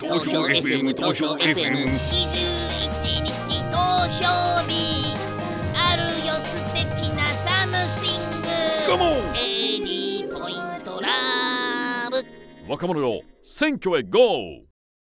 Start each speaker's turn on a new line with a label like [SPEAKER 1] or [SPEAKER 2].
[SPEAKER 1] 東京 FM 東京 FM
[SPEAKER 2] 二十一日投票日あるよ素敵なサムシング
[SPEAKER 1] Come
[SPEAKER 2] エ
[SPEAKER 1] on
[SPEAKER 2] ディポイントラブ
[SPEAKER 3] 若者よ選挙へ GO!